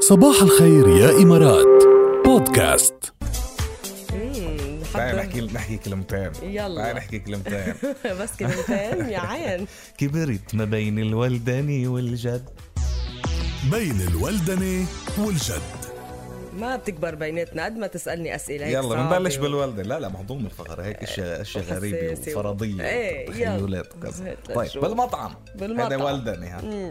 صباح الخير يا إمارات بودكاست مم، حتى- تعال نحكي نحكي كلمتين يلا. تعال نحكي كلمتين بس كلمتين يا عين كبرت ما بين الولدان والجد بين الولدنة والجد ما بتكبر بيناتنا قد ما تسالني اسئله هيك يلا صعبة بنبلش و- بالولدة لا لا مهضوم الفقرة هيك اشياء اشياء غريبة وحساسة و- وفرضية آه، إيه، يلا. تخيلات وكذا هات طيب لنشوف. بالمطعم بالمطعم. هذا ولدني ها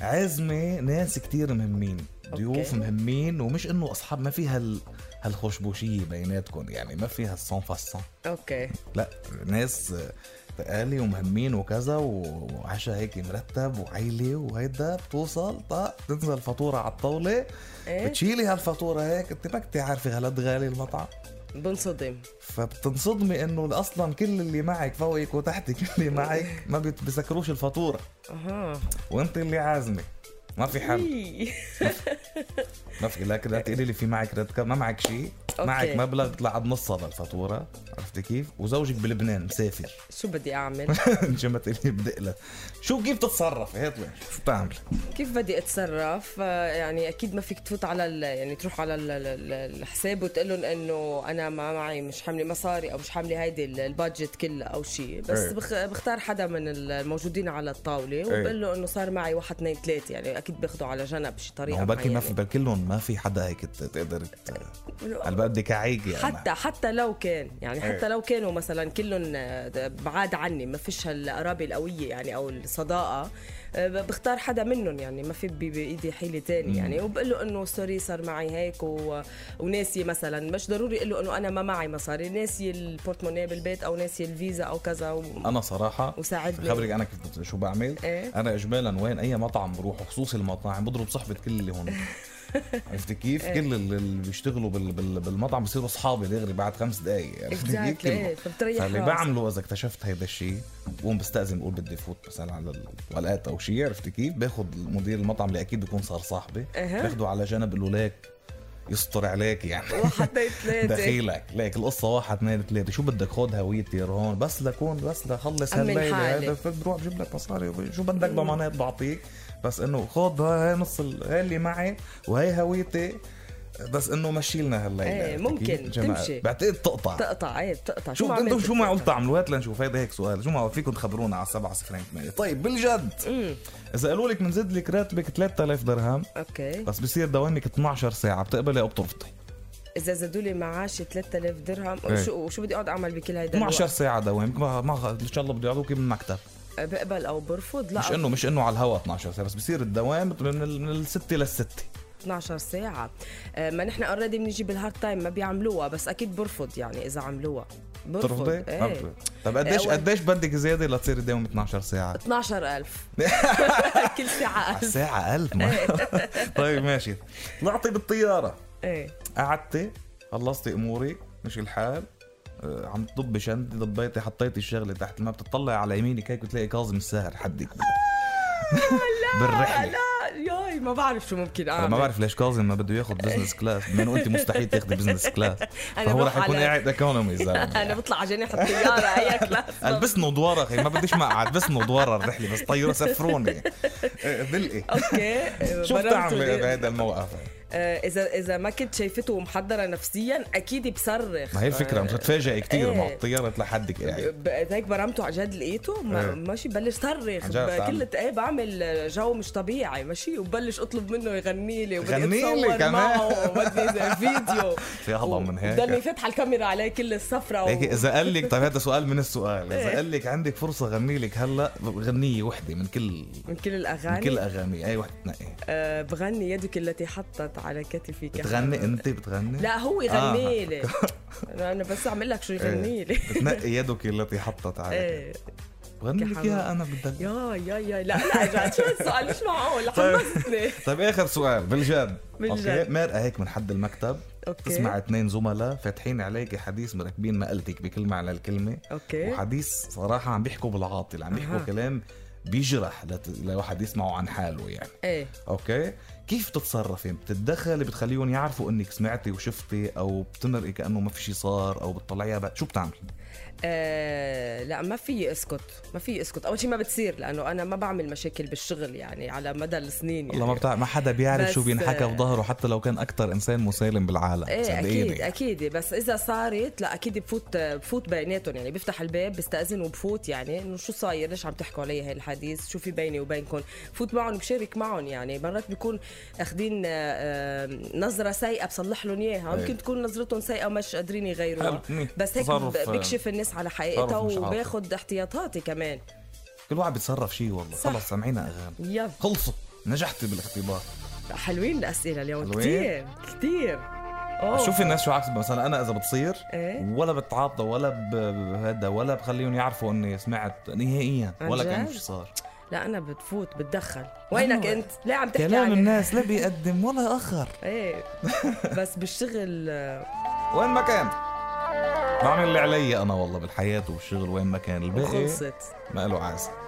عزمة ناس كتير مهمين ضيوف أوكي. مهمين ومش انه اصحاب ما فيها هال هالخشبوشية بيناتكم يعني ما فيها الصن فالصن اوكي لا ناس تقالي ومهمين وكذا و- وعشاء هيك مرتب وعيلة وهيدا بتوصل طق تنزل الفاتورة على الطاولة إيه؟ بتشيلي هالفاتورة هيك انت ما كنت عارفة غلط غالي المطعم بنصدم فبتنصدمي انه اصلا كل اللي معك فوقك وتحتك كل اللي معك ما بت- بيسكروش الفاتورة اها وانت اللي عازمة ما في حل إي. ما في لا كده تقولي لي في معك ريد كارد ما معك شيء أوكي. معك مبلغ بيطلع قد نصها للفاتورة عرفتي كيف وزوجك بلبنان مسافر شو بدي اعمل انت ما تقلي بدقلة شو كيف تتصرف هات وين شو بتعمل كيف بدي اتصرف آه، يعني اكيد ما فيك تفوت على ال- يعني تروح على ال- ال- ال- الحساب وتقول لهم انه انا ما معي مش حامله مصاري او مش حامله هيدي ال- البادجت كلها او شيء بس إيه. بخ- بختار حدا من الموجودين على الطاوله وبقول له انه صار معي واحد اثنين ثلاثه يعني اكيد باخده على جنب شي طريقه هو بركي ما في معينة. بركي لهم ما في حدا هيك ت- تقدر ت- هلا بدك عيك يعني حتى حتى لو كان يعني إيه. حتى لو كانوا مثلا كلهم آه، بعاد عني ما فيش هالقرابه القويه يعني او الصداقه آه، ب- بختار حدا منهم يعني ما في بي- بايدي حيله تاني يعني وبقول له انه سوري صار معي هيك و... وناسي مثلا مش ضروري اقول له انه انا ما معي مصاري ناسي البورتمونيه بالبيت او ناسي الفيزا او كذا و... انا صراحة وساعدني. خبرك انا كيف شو بعمل إيه؟ انا اجمالا وين اي مطعم بروح وخصوصي المطاعم بضرب صحبة كل اللي هون عرفت كيف؟ إيه. كل اللي اللي بيشتغلوا بال- بال- بالمطعم بصيروا اصحابي دغري بعد خمس دقائق عرفت Exactly، إيه، كيف؟ فبتريح فاللي راسك. بعمله اذا اكتشفت هيدا الشيء بقوم بستاذن بقول بدي فوت مثلا على الولاءات او شيء عرفت كيف؟ باخذ مدير المطعم اللي اكيد بيكون صار صاحبي أها. باخده على جنب بقول له ليك يستر عليك يعني واحد اثنين ثلاثه دخيلك ليك القصه واحد اثنين ثلاثه شو بدك خد هويتي رهون بس لكون بس لخلص أمن هالليله حالي. هيدا بروح بجيب لك مصاري شو بدك ضمانات بعطيك بس انه خد هاي نص ال- هاي اللي معي وهي هويتي بس انه مشي لنا هالليله إيه، عرفت ممكن كيف؟ جماعة، تمشي. بعتقد تقطع تقطع ايه بتقطع شو ما انتم عملت شو معقول بتقطع؟ تعملوا هات لنشوف هيدا هيك سؤال شو معقول فيكم تخبرونا على 7 0 8 طيب بالجد اذا قالوا لك بنزيد لك راتبك 3000 درهم اوكي بس بصير دوامك 12 ساعه بتقبلي او بترفضي اذا زادوا لي معاشي 3000 درهم إيه. شو وشو بدي اقعد اعمل بكل هيدا 12 الوقت؟ ساعة دوامك ما ما ان شاء الله بده يعطوك من المكتب بقبل او برفض لا مش انه مش انه على الهوا 12 ساعة بس بصير الدوام من ال- من الستة للستة 12 ساعة آه، ما نحن اوريدي بنيجي بالهارد تايم ما بيعملوها بس اكيد برفض يعني إذا عملوها برفض بترفضي؟ ما ايه بترفضي. طب قديش أول- قديش بدك زيادة لتصير الدوام 12 ساعة؟ 12000 كل ساعة ألف ساعة 1000 إيه. طيب ماشي طلعتي بالطيارة ايه قعدتي خلصتي امورك مش الحال آه، عم تضبي شنطة ضبيتي حطيتي الشغلة تحت ما بتطلعي على يمينك هيك بتلاقي كاظم الساهر حدك آه، بالرحلة لا ياي ما بعرف شو ممكن انا اعمل ما بعرف ليش كاظم ما بده ياخذ بزنس كلاس بما انه انت مستحيل تاخذي بزنس كلاس فهو بروح رح يكون على- قاعد ايكونومي زلمه انا بطلع على جناح الطيارة اي كلاس البس نضوار اخي ما بديش مقعد بس نضوار الرحله بس طياره سفروني إيه، دلقي اوكي آه، شو برمته ليه؟ بتعمل بهذا الموقف آه، اذا اذا ما كنت شايفته ومحضرة نفسيا اكيد بصرخ ما هي الفكره مش هتفاجئي كثير إيه. مع الطياره لحدك قاعد ب- هيك برمته عن جد لقيته ما إيه. ماشي بلش صرخ عن جد بكل تعمل. ايه بعمل جو مش طبيعي ماشي وبلش اطلب منه يغني لي وبدي غني لي اتصور كمان. معه وبدي زي فيديو في هضم من هيك. ضلني فاتحه الكاميرا عليه كل السفره هيك اذا قال لك طيب هذا سؤال من السؤال إيه. اذا قال لك عندك فرصه غني لك هلا غنيه وحده من كل من كل من الاغاني كل اغاني اي وحده تنقي آه بغني يدك التي حطت على كتفي كحرف. بتغني آه. انت بتغني لا هو يغني لي انا بس اعمل لك شو إيه. يغني لي بتنقي يدك التي حطت عليك إيه. بغني لك كحرام. اياها انا بدل يا يا يا لا لا جد شو السؤال مش معقول طيب. حمستني طيب اخر سؤال بالجد بالجد. اوكي مرقه هيك من حد المكتب أوكي. تسمع اثنين زملاء فاتحين عليك حديث مركبين مقلتك بكلمه على الكلمه أوكي. وحديث صراحه عم بيحكوا بالعاطل عم بيحكوا أها. كلام بيجرح لت... لواحد يسمعه عن حاله يعني ايه اوكي كيف بتتصرفي بتتدخلي بتخليهم يعرفوا انك سمعتي وشفتي او بتمرقي كانه ما في شيء صار او بتطلعيها بقى شو بتعملي يعني آه لا ما في اسكت ما في اسكت اول شيء ما بتصير لانه انا ما بعمل مشاكل بالشغل يعني على مدى السنين يعني والله ما بتاع ما حدا بيعرف بس- شو بينحكى في ظهره حتى لو كان اكثر انسان مسالم بالعالم ايه صدقيني. اكيد اكيد بس اذا صارت لا اكيد بفوت بفوت بيناتهم يعني بفتح الباب بستاذن وبفوت يعني انه شو صاير ليش عم تحكوا علي هاي الحديث شو في بيني وبينكم فوت معهم بشارك معهم يعني مرات بيكون اخذين آه، آه، نظره سيئه بصلح لهم اياها إيه. يمكن تكون نظرتهم سيئه ومش قادرين يغيروها حلو. منيح. بس هيك تصرف، آه، بكشف الناس على حقيقتها تصرف مش عاطفي. وباخذ احتياطاتي كمان كل واحد بيتصرف شيء والله صح. خلص سامعينا اغاني يلا خلصوا نجحتي بالاختبار حلوين الاسئله اليوم حلوين؟ كثير كثير أوه. شوفي الناس شو عكس مثلا انا اذا بتصير إيه. ولا بتعاطى ولا ب- بهذا ولا بخليهم يعرفوا اني سمعت نهائيا عن ولا جد؟ كان شو صار لا انا بتفوت بتدخل وينك أيوة. انت ليه عم تحكي كلام عن الناس لا بيقدم ولا اخر ايه بس بالشغل إيه، وين ما كان بعمل اللي علي انا والله بالحياه والشغل وين ما كان الباقي خلصت ما له عازه